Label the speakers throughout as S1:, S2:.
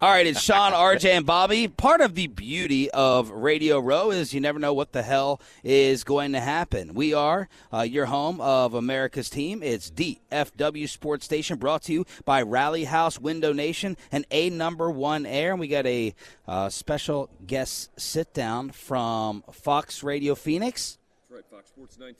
S1: All right, it's Sean, RJ, and Bobby. Part of the beauty of Radio Row is you never know what the hell is going to happen. We are uh, your home of America's team. It's DFW Sports Station, brought to you by Rally House Window Nation and A Number One Air. And we got a uh, special guest sit down from Fox Radio Phoenix.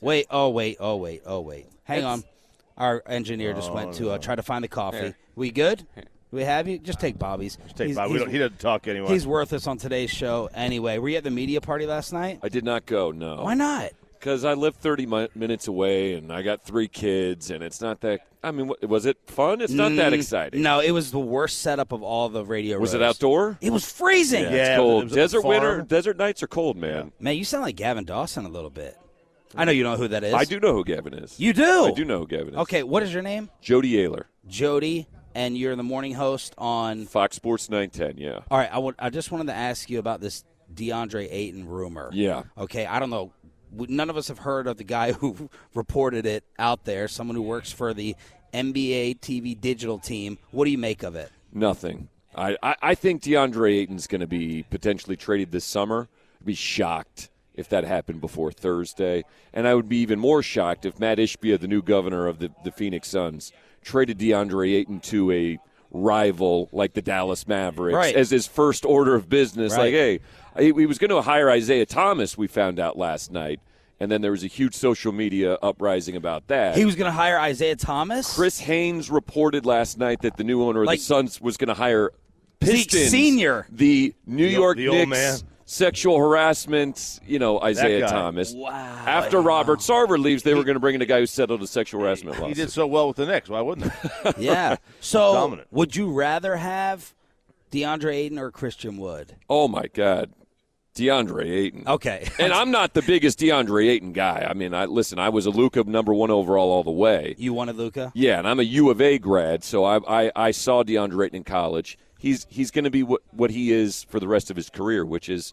S1: Wait, oh wait, oh wait, oh wait. Hang on. Our engineer just went to
S2: Oh,
S1: uh, try to find the coffee. We good? We have you? Just take Bobby's. Just
S3: Take Bob. We don't- he doesn't talk anyway.
S1: He's worthless on today's show anyway. Were you at the media party last night?
S2: I did not go. No.
S1: Why not?
S2: Because I live 30 mi- minutes away, and I got three kids, and it's not that. I mean, wh- was it fun? It's not that exciting.
S1: Mm. No, it was the worst setup of all the radio.
S2: Was it
S1: rows.
S2: outdoor?
S1: It was freezing.
S2: it's
S3: Yeah, it
S2: cold.
S3: was at the
S2: Desert winter,
S3: farm.
S2: desert nights are cold, man.
S1: Man, you sound like Gavin Dawson a little bit. I know you know who that is.
S2: I do know who Gavin is.
S1: You do.
S2: I do know who Gavin is.
S1: Okay, what is your name?
S2: Jody Ayler,
S1: Jody, and you're the morning host on.
S2: Fox Sports 910. Yeah.
S1: All right, I would. I just wanted to ask you about this DeAndre Ayton rumor.
S2: Yeah.
S1: Okay, I don't know. We- None of us have heard of the guy who reported it out there. Someone who works for the NBA TV digital team. What do you make of it?
S2: Nothing. I, I, I think DeAndre Ayton's going to be potentially traded this summer. I'd be shocked if that happened before Thursday. And I would be even more shocked if Matt Ishbia, the new governor of the, the Phoenix Suns, traded DeAndre Ayton to a rival like the Dallas Mavericks
S1: Right.
S2: as his first order of business.
S1: Right.
S2: Like, hey, he, he was going to hire Isaiah Thomas, we found out last night. And then there was a huge social media uprising about that.
S1: He was going to hire Isaiah Thomas.
S2: Chris Haynes reported last night that the new owner of
S1: Like-
S2: the Suns was going to hire
S1: Zeke
S2: Pistons
S1: Senior.
S2: the New
S3: The-
S2: York
S3: the old
S2: Knicks
S3: man.
S2: sexual harassment, you know, Isaiah
S3: guy.
S2: Thomas.
S1: Wow.
S2: After Robert Sarver leaves, they were going to bring in a guy who settled a sexual harassment
S3: He
S2: lawsuit.
S3: did so well with the Knicks. Why wouldn't he?
S1: Yeah. So,
S3: Dominant.
S1: would you rather have DeAndre Ayton or Christian Wood?
S2: oh my God, DeAndre Ayton.
S1: Okay.
S2: and I'm not the biggest DeAndre Ayton guy. I mean, I listen. I was a Luca number one overall all the way.
S1: you wanted Luca?
S2: Yeah, and I'm a U of A grad, so I I, I saw DeAndre Ayton in college. He's he's going to be what, what he is for the rest of his career, which is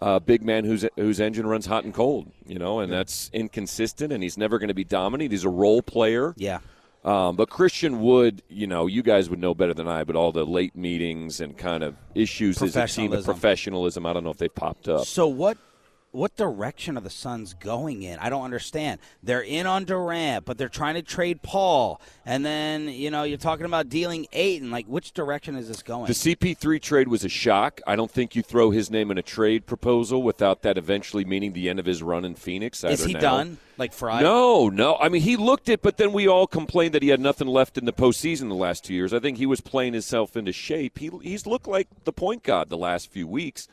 S2: a big man whose whose engine runs hot and cold, you know, and that's inconsistent, and he's never going to be dominant. He's a role player.
S1: Yeah.
S2: Um, but Christian Wood, you know, you guys would know better than I, but all the late meetings and kind of issues as a team, the
S1: Professionalism.
S2: professionalism, I don't know if they've popped up.
S1: So what what direction are the Suns going in? I don't understand. They're in on Durant, but they're trying to trade Paul. And then, you know, you're talking about dealing Ayton. Like which direction is this going?
S2: The CP3 trade was a shock. I don't think you throw his name in a trade proposal without that eventually meaning the end of his run in Phoenix.
S1: is
S2: either
S1: he
S2: now-
S1: done? Like Friday?
S2: No, no. I mean, he looked it, but then we all complained that he had nothing left in the postseason the last two years. I think he was playing himself into shape. He, he's looked like the point guard the last few weeks.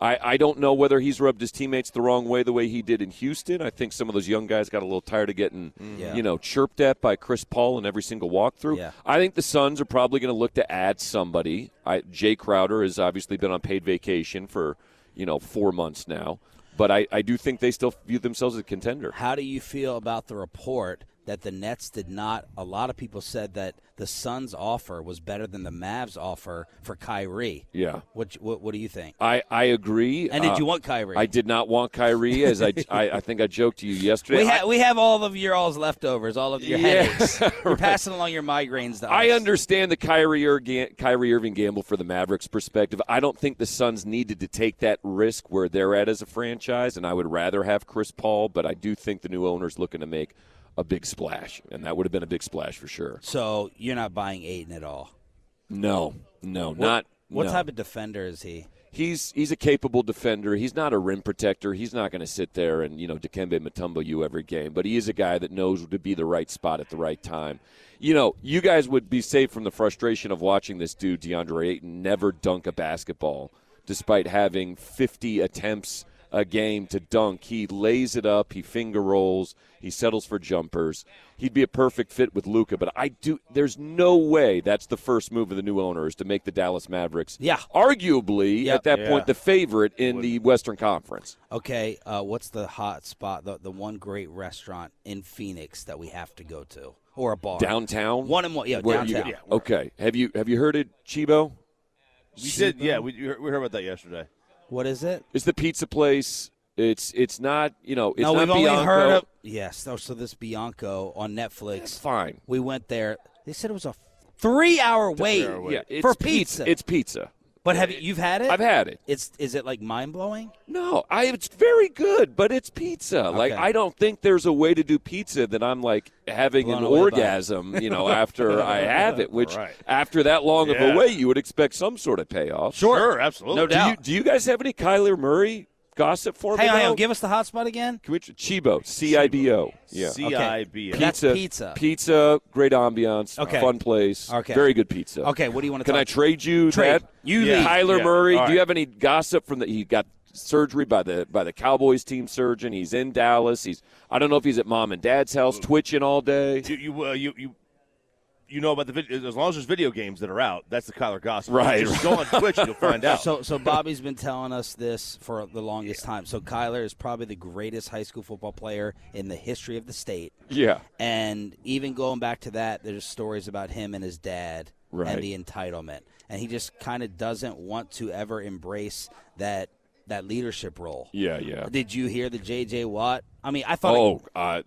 S2: I, I don't know whether he's rubbed his teammates the wrong way the way he did in Houston. I think some of those young guys got a little tired of getting,
S1: Yeah.
S2: you know, chirped at by Chris Paul in every single walkthrough.
S1: Yeah.
S2: I think the Suns are probably going to look to add somebody. I, Jay Crowder has obviously been on paid vacation for, you know, four months now. But I, I do think they still view themselves as a contender.
S1: How do you feel about the report that the Nets did not? A lot of people said that the Suns' offer was better than the Mavs' offer for Kyrie.
S2: Yeah.
S1: What what, what do you think?
S2: I, I agree.
S1: And did
S2: Uh,
S1: you want Kyrie?
S2: I did not want Kyrie, as I, I, I think I joked to you yesterday.
S1: We, ha- we have all of your all's leftovers, all of your
S2: Yeah,
S1: headaches. You're passing along your migraines to
S2: I, I
S1: us.
S2: understand the Kyrie, Irga- Kyrie Irving gamble for the Mavericks' perspective. I don't think the Suns needed to take that risk where they're at as a franchise, and I would rather have Chris Paul, but I do think the new owner's looking to make a big splash, and that would have been a big splash for sure.
S1: So you're not buying Aiden at all.
S2: No, no, not
S1: What
S2: No.
S1: type of defender is he?
S2: He's he's a capable defender. He's not a rim protector. He's not going to sit there and you know Dikembe Mutombo you every game. But he is a guy that knows to be the right spot at the right time. You know, you guys would be safe from the frustration of watching this dude DeAndre Ayton never dunk a basketball, despite having 50 attempts a game to dunk. He lays it up. He finger rolls. He settles for jumpers. He'd be a perfect fit with Luca. But I do. There's no way that's the first move of the new owner is to make the Dallas Mavericks.
S1: Yeah.
S2: Arguably
S1: Yep.
S2: at that point
S3: Yeah.
S2: the favorite in the Western Conference.
S1: Okay, uh, what's the hot spot? The the one great restaurant in Phoenix that we have to go to, or a bar
S2: Downtown.
S1: One and one, yeah,
S2: Where you-
S1: downtown.
S2: okay. Have you have you heard it, Chibo?
S3: We did, yeah. We, we heard we heard about that yesterday.
S1: What is it?
S2: It's the pizza place. It's it's not you know it's
S1: no,
S2: not
S1: we've only
S2: Bianco.
S1: heard of yes. No, so this Bianco on Netflix.
S2: fine.
S1: We went there. They said it was a three-hour wait,
S2: Yeah, it's
S1: for pizza.
S2: It's pizza.
S1: but have you, you've had it?
S2: I've had it.
S1: It's is it like mind blowing?
S2: No, I it's very good, but it's pizza. Like I don't think there's a way to do pizza that I'm like having
S1: Blown
S2: an
S1: away by it.
S2: orgasm, you know, after I have it, which
S3: Right.
S2: after that long of
S3: Yeah.
S2: a wait you would expect some sort of payoff.
S3: Sure, absolutely.
S1: No
S2: Do you, do you guys have any Kyler Murray gossip for
S1: Hang
S2: me?
S1: on, hang
S2: though?
S1: on. Give us the hot spot again.
S2: Can we tr- Chibo, C I B O. Yeah. Uh,
S3: CIB.
S1: Okay. That's pizza.
S2: Pizza, great ambiance,
S1: Okay.
S2: fun place.
S1: Okay.
S2: Very good pizza.
S1: Okay, what do you want to
S2: Can
S1: talk
S2: I trade you
S1: Trade.
S2: that?
S1: You
S3: Yeah. lead.
S2: Kyler
S3: Yeah.
S2: Murray.
S3: All
S2: Do you
S3: right.
S2: have any gossip from that? He got surgery by the by the Cowboys team surgeon. He's in Dallas. He's I don't know if he's at mom and dad's house twitching all day.
S3: You you, uh, you you you know about the video as long as there's video games that are out. That's the Kyler gossip.
S2: Right,
S3: Just go on Twitch, you'll find out.
S1: So, so Bobby's been telling us this for the longest time. So Kyler is probably the greatest high school football player in the history of the state.
S2: Yeah.
S1: And even going back to that, there's stories about him and his dad
S2: Right.
S1: and the entitlement, and he just kind of doesn't want to ever embrace that that leadership role.
S2: Yeah, yeah.
S1: Did you hear the J.J. Watt? I mean, I thought
S2: Oh, uh,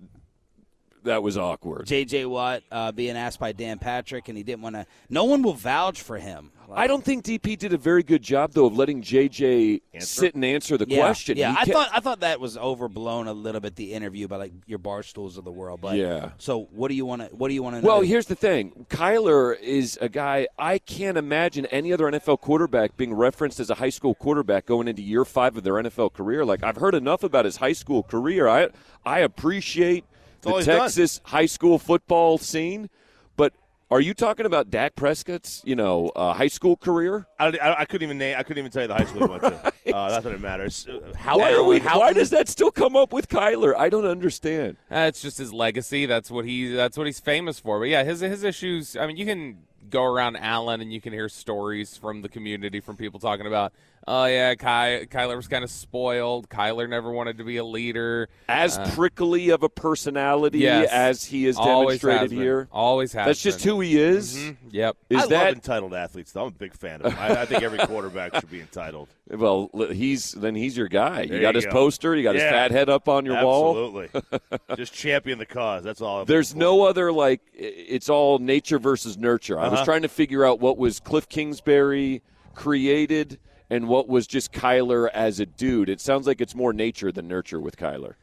S2: that was awkward.
S1: J.J. Watt uh, being asked by Dan Patrick, and he didn't want to. No one will vouch for him.
S2: I don't think DP did a very good job though of letting JJ sit and answer the
S1: Yeah,
S2: question.
S1: Yeah,
S2: He
S1: I
S2: ca-
S1: thought I thought that was overblown a little bit. The interview by like your bar stools of the world. But
S2: Yeah.
S1: So what do you want to? What do you want to?
S2: Well,
S1: know?
S2: here's the thing. Kyler is a guy I can't imagine any other NFL quarterback being referenced as a high school quarterback going into year five of their NFL career. Like I've heard enough about his high school career. I I appreciate
S3: all
S2: the
S3: he's done.
S2: Texas high school football scene, but are you talking about Dak Prescott's you know uh, high school career?
S3: I, don't- I, I couldn't even name. I couldn't even tell you the high school he went to. Uh, that's what it matters. How
S2: Why, are we, why does that still come up with Kyler? I don't understand.
S4: That's just his legacy. That's what he. That's what he's famous for. But yeah, his his issues. I mean, you can go around Allen and you can hear stories from the community from people talking about. Oh yeah, Ky- Kyler was kind of spoiled. Kyler never wanted to be a leader.
S2: As prickly of a personality
S4: Uh, yes.
S2: as he has
S4: Always
S2: demonstrated
S4: has been.
S2: here,
S4: Always has.
S2: that's just
S4: been. Mm-hmm.
S2: who he is.
S4: Yep.
S2: Is
S3: I
S2: that
S3: love entitled athletes. though. I'm a big fan of them. I, I think every quarterback should be entitled.
S2: Well, l- he's then he's your guy. you
S3: There
S2: got
S3: you
S2: his
S3: go.
S2: poster. You got his
S3: Yeah.
S2: fat head up on your wall.
S3: Absolutely. Just champion the cause. That's all. I'm
S2: There's
S3: looking
S2: no other like. i- It's all nature versus nurture. I was
S3: Uh-huh.
S2: trying to figure out what was Cliff Kingsbury created and what was just Kyler as a dude. It sounds like it's more nature than nurture with Kyler.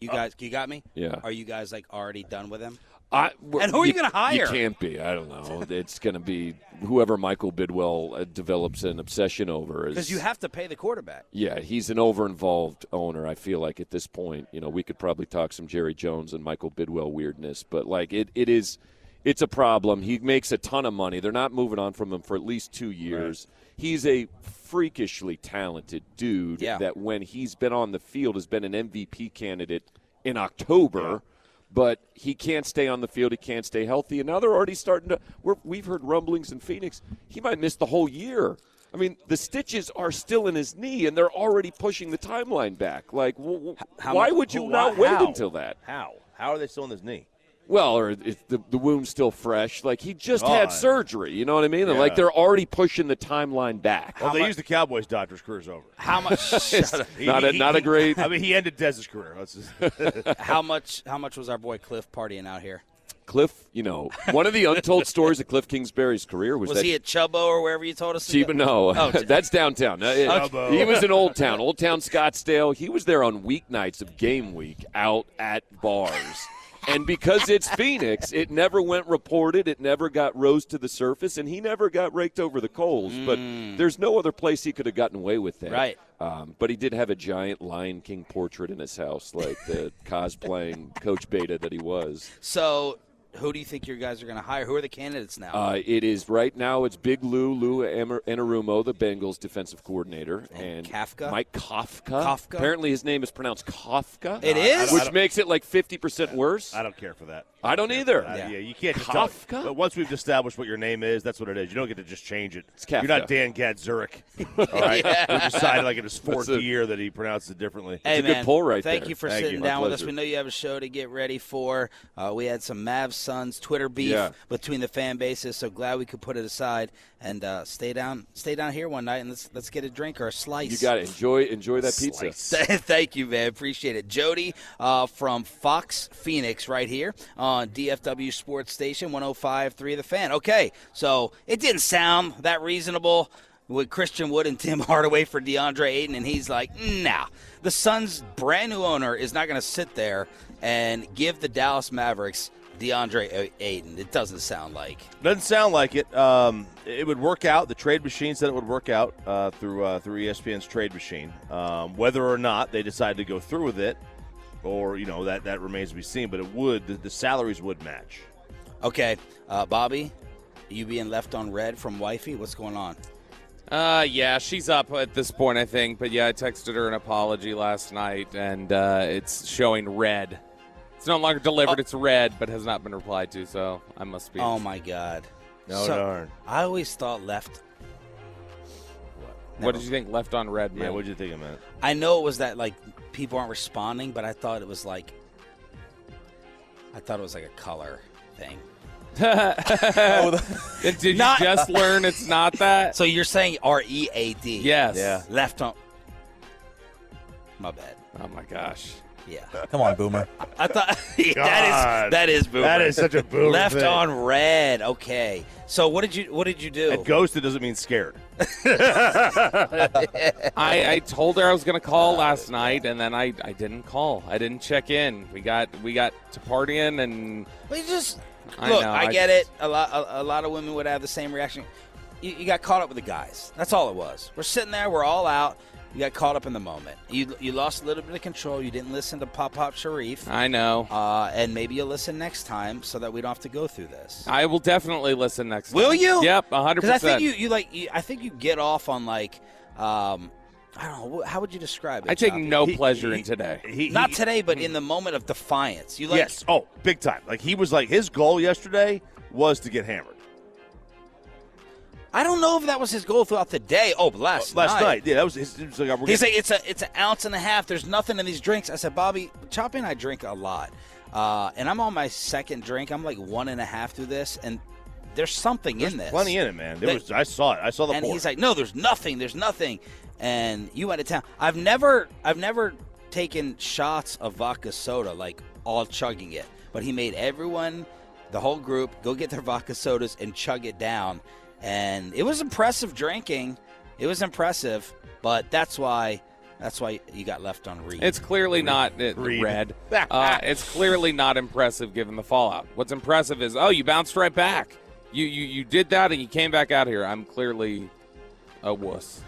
S1: you guys, you got me.
S2: Yeah.
S1: Are you guys like already done with him?
S2: I, w-
S1: And who are you gonna hire?
S2: You can't be. I don't know. It's going to be whoever Michael Bidwell uh, develops an obsession over. is-
S1: Because you have to pay the quarterback.
S2: Yeah, he's an over-involved owner. I feel like at this point, you know, we could probably talk some Jerry Jones and Michael Bidwell weirdness, but like it, it is, it's a problem. He makes a ton of money. They're not moving on from him for at least two years. He's a freakishly talented dude.
S1: Yeah.
S2: That when he's been on the field has been an MVP candidate in October. But he can't stay on the field. He can't stay healthy. And now they're already starting to. We're, we've heard rumblings in Phoenix. He might miss the whole year. I mean, the stitches are still in his knee, and they're already pushing the timeline back. Like, w- w-
S1: how
S2: why
S1: much-
S2: would you
S3: Who-
S2: not
S3: why-
S2: wait
S3: how?
S2: until that?
S3: How? How are they still in his knee?
S2: Well, or if the, the wound's still fresh. Like, he just
S3: God.
S2: had surgery. You know what I mean? And, Like,
S3: Yeah.
S2: they're already pushing the timeline back.
S3: Well, they used the Cowboys' doctor's career's over.
S1: How much?
S3: He-
S2: Not a-
S3: he-
S2: not a great-
S3: I mean, he ended Dez's career. That's just-
S1: how much? How much was our boy Cliff partying out here?
S2: Cliff, you know, one of the untold stories of Cliff Kingsbury's career was,
S1: Was
S2: that
S1: he at Chubbo or wherever you told us? to go?
S2: Chiba, no.
S1: Oh, t-
S2: That's downtown. Uh, it-
S3: Chubbo.
S2: He was in Old Town, Old Town Scottsdale. He was there on weeknights of game week out at bars. and because it's Phoenix, it never went reported. It never got rose to the surface, and he never got raked over the coals. But there's no other place he could have gotten away with that.
S1: Mm. Right.
S2: Um, but he did have a giant Lion King portrait in his house, like the cosplaying Coach Beta that he was.
S1: So, who do you think your guys are going to hire? Who are the candidates now?
S2: Uh, it is right now. It's Big Lou Lou Amer- Anarumo, the Bengals defensive coordinator, and,
S1: Kafka?
S2: Mike Kafka.
S1: Kafka?
S2: Apparently, his name is pronounced Kafka.
S1: It is?
S2: which makes it like fifty percent worse.
S3: I don't care for that.
S2: I don't either.
S3: Uh,
S1: Yeah.
S3: yeah. you can't just tell-
S2: Kafka?
S3: But once we've established what your name is, that's what it is. You don't get to just change it.
S2: It's Kafka.
S3: You're not Dan Gadzurik. All right, we decided like in his fourth
S2: That's a-
S3: year that he pronounced it differently.
S1: Hey,
S2: a good
S1: man,
S2: poll right
S1: Thank
S2: there.
S1: you for
S2: Thank
S1: sitting
S2: you. My
S1: down with us.
S2: pleasure.
S1: We know you have a show to get ready for. Uh, we had some Mavs Suns Twitter beef
S2: Yeah.
S1: between the fan bases, so glad we could put it aside and uh, stay down, stay down here one night, and let's let's get a drink or a slice.
S2: You got to enjoy enjoy that pizza.
S1: Thank you, man. Appreciate it. Jody uh, from Fox Phoenix right here on DFW Sports Station 105.3 The Fan. Okay, so it didn't sound that reasonable with Christian Wood and Tim Hardaway for DeAndre Ayton, and he's like, nah. The Suns' brand new owner is not going to sit there and give the Dallas Mavericks DeAndre Ay- Ayton. It doesn't sound like.
S3: Doesn't sound like it. Um, it would work out. The trade machine said it would work out uh, through uh, through ESPN's trade machine. Um, whether or not they decide to go through with it, or you know that that remains to be seen. But it would the, the salaries would match.
S1: Okay, uh, Bobby, you being left on red from wifey, what's going on?
S4: Uh, yeah, she's up at this point, I think. But yeah, I texted her an apology last night, and uh, it's showing red. It's no longer delivered. It's red, but has not been replied to. So I must be.
S1: Uh, Oh, my God.
S3: No
S1: So-
S3: darn.
S1: I always thought left.
S4: what did you think? Left on red,
S3: Yeah,
S4: man.
S3: what'd you think of that?
S1: I know it was that like people aren't responding, but I thought it was like I thought it was like a color thing.
S4: Oh, did you
S1: Not-
S4: just learn it's not that?
S1: So you're saying R E A D?
S4: yes.
S1: Left on. My bad.
S4: Oh my gosh.
S1: Yeah.
S5: Come on, Boomer.
S1: I thought that is
S3: God.
S1: that is boomer.
S3: That is such a boomer.
S1: left
S3: thing.
S1: on red. Okay. So what did you what did you do?
S3: And ghosted doesn't mean scared.
S4: I, I told her I was gonna call last night, and then I, I didn't call. I didn't check in. We got we got to partying, and
S1: Well, you just
S4: I
S1: look.
S4: know,
S1: I,
S4: I
S1: get
S4: just-
S1: it. A lot. A, a lot of women would have the same reaction. You, you got caught up with the guys. That's all it was. We're sitting there. We're all out. You got caught up in the moment. You you lost a little bit of control. You didn't listen to Pop Pop Sharif.
S4: I know
S1: Uh, and maybe you'll listen next time so that we don't have to go through this.
S4: I will definitely listen next.
S1: Will
S4: time.
S1: you?
S4: Uh, Yep, hundred
S1: Because I
S4: percent.
S1: think you, you like you, I think you get off on like um, I don't know wh- how would you describe it.
S4: I take
S1: Choppy?
S4: no pleasure in today.
S3: He,
S1: not
S3: he-
S1: today, but in the moment of defiance. You like
S3: yes. Oh, big time. Like he was like his goal yesterday was to get hammered.
S1: I don't know if that was his goal throughout the day. Oh, but last
S3: Last night. yeah, that was. His, it was like, we're
S1: He's
S3: getting-
S1: like, it's a it's an ounce and a half. There's nothing in these drinks. I said, Bobby, Choppy and I drink a lot, uh, and I'm on my second drink. I'm like one and a half through this, and there's something in this.
S3: plenty in it, man. It
S1: They-
S3: was. I saw it. I saw the.
S1: and
S3: pour.
S1: he's like, no, there's nothing. There's nothing. And you went to town. I've never I've never taken shots of vodka soda like all chugging it, but he made everyone, the whole group, go get their vodka sodas and chug it down, and it was impressive drinking. It was impressive, but that's why. That's why you got left on read.
S4: It's clearly not it,
S3: Read.
S4: red. Uh, it's clearly not impressive given the fallout. What's impressive is oh, you bounced right back. You you you did that and you came back out here. I'm clearly a wuss.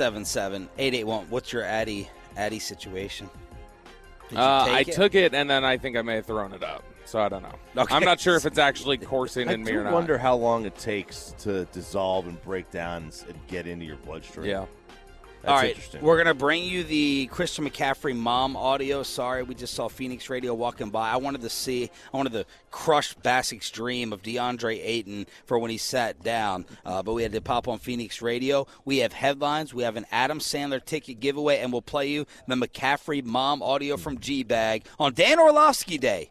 S1: 877-881. What's your Addy Addy situation? Did you
S4: Uh,
S1: take
S4: I
S1: it?
S4: took it and then I think I may have thrown it up. So I don't know.
S1: Okay.
S4: I'm not sure if it's actually coursing
S3: I
S4: in me
S3: do
S4: or not.
S3: wonder how long it takes to dissolve and break down and, s- and get into your bloodstream.
S4: Yeah.
S3: that's
S1: All right,
S3: interesting.
S1: we're gonna bring you the Christian McCaffrey mom audio. Sorry, we just saw Phoenix Radio walking by. I wanted to see, I wanted to crush Basic's dream of DeAndre Ayton for when he sat down, uh, but we had to pop on Phoenix Radio. We have headlines, we have an Adam Sandler ticket giveaway, and we'll play you the McCaffrey mom audio from G Bag on Dan Orlovsky Day.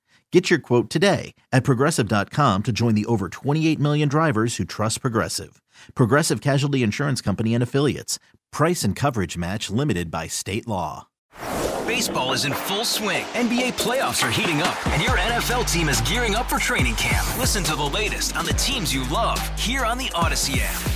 S5: Get your quote today at progressive.com to join the over 28 million drivers who trust Progressive. Progressive Casualty Insurance Company and Affiliates. Price and coverage match limited by state law.
S2: Baseball is in full swing. NBA playoffs are heating up, and your NFL team is gearing up for training camp. Listen to the latest on the teams you love here on the Odyssey app.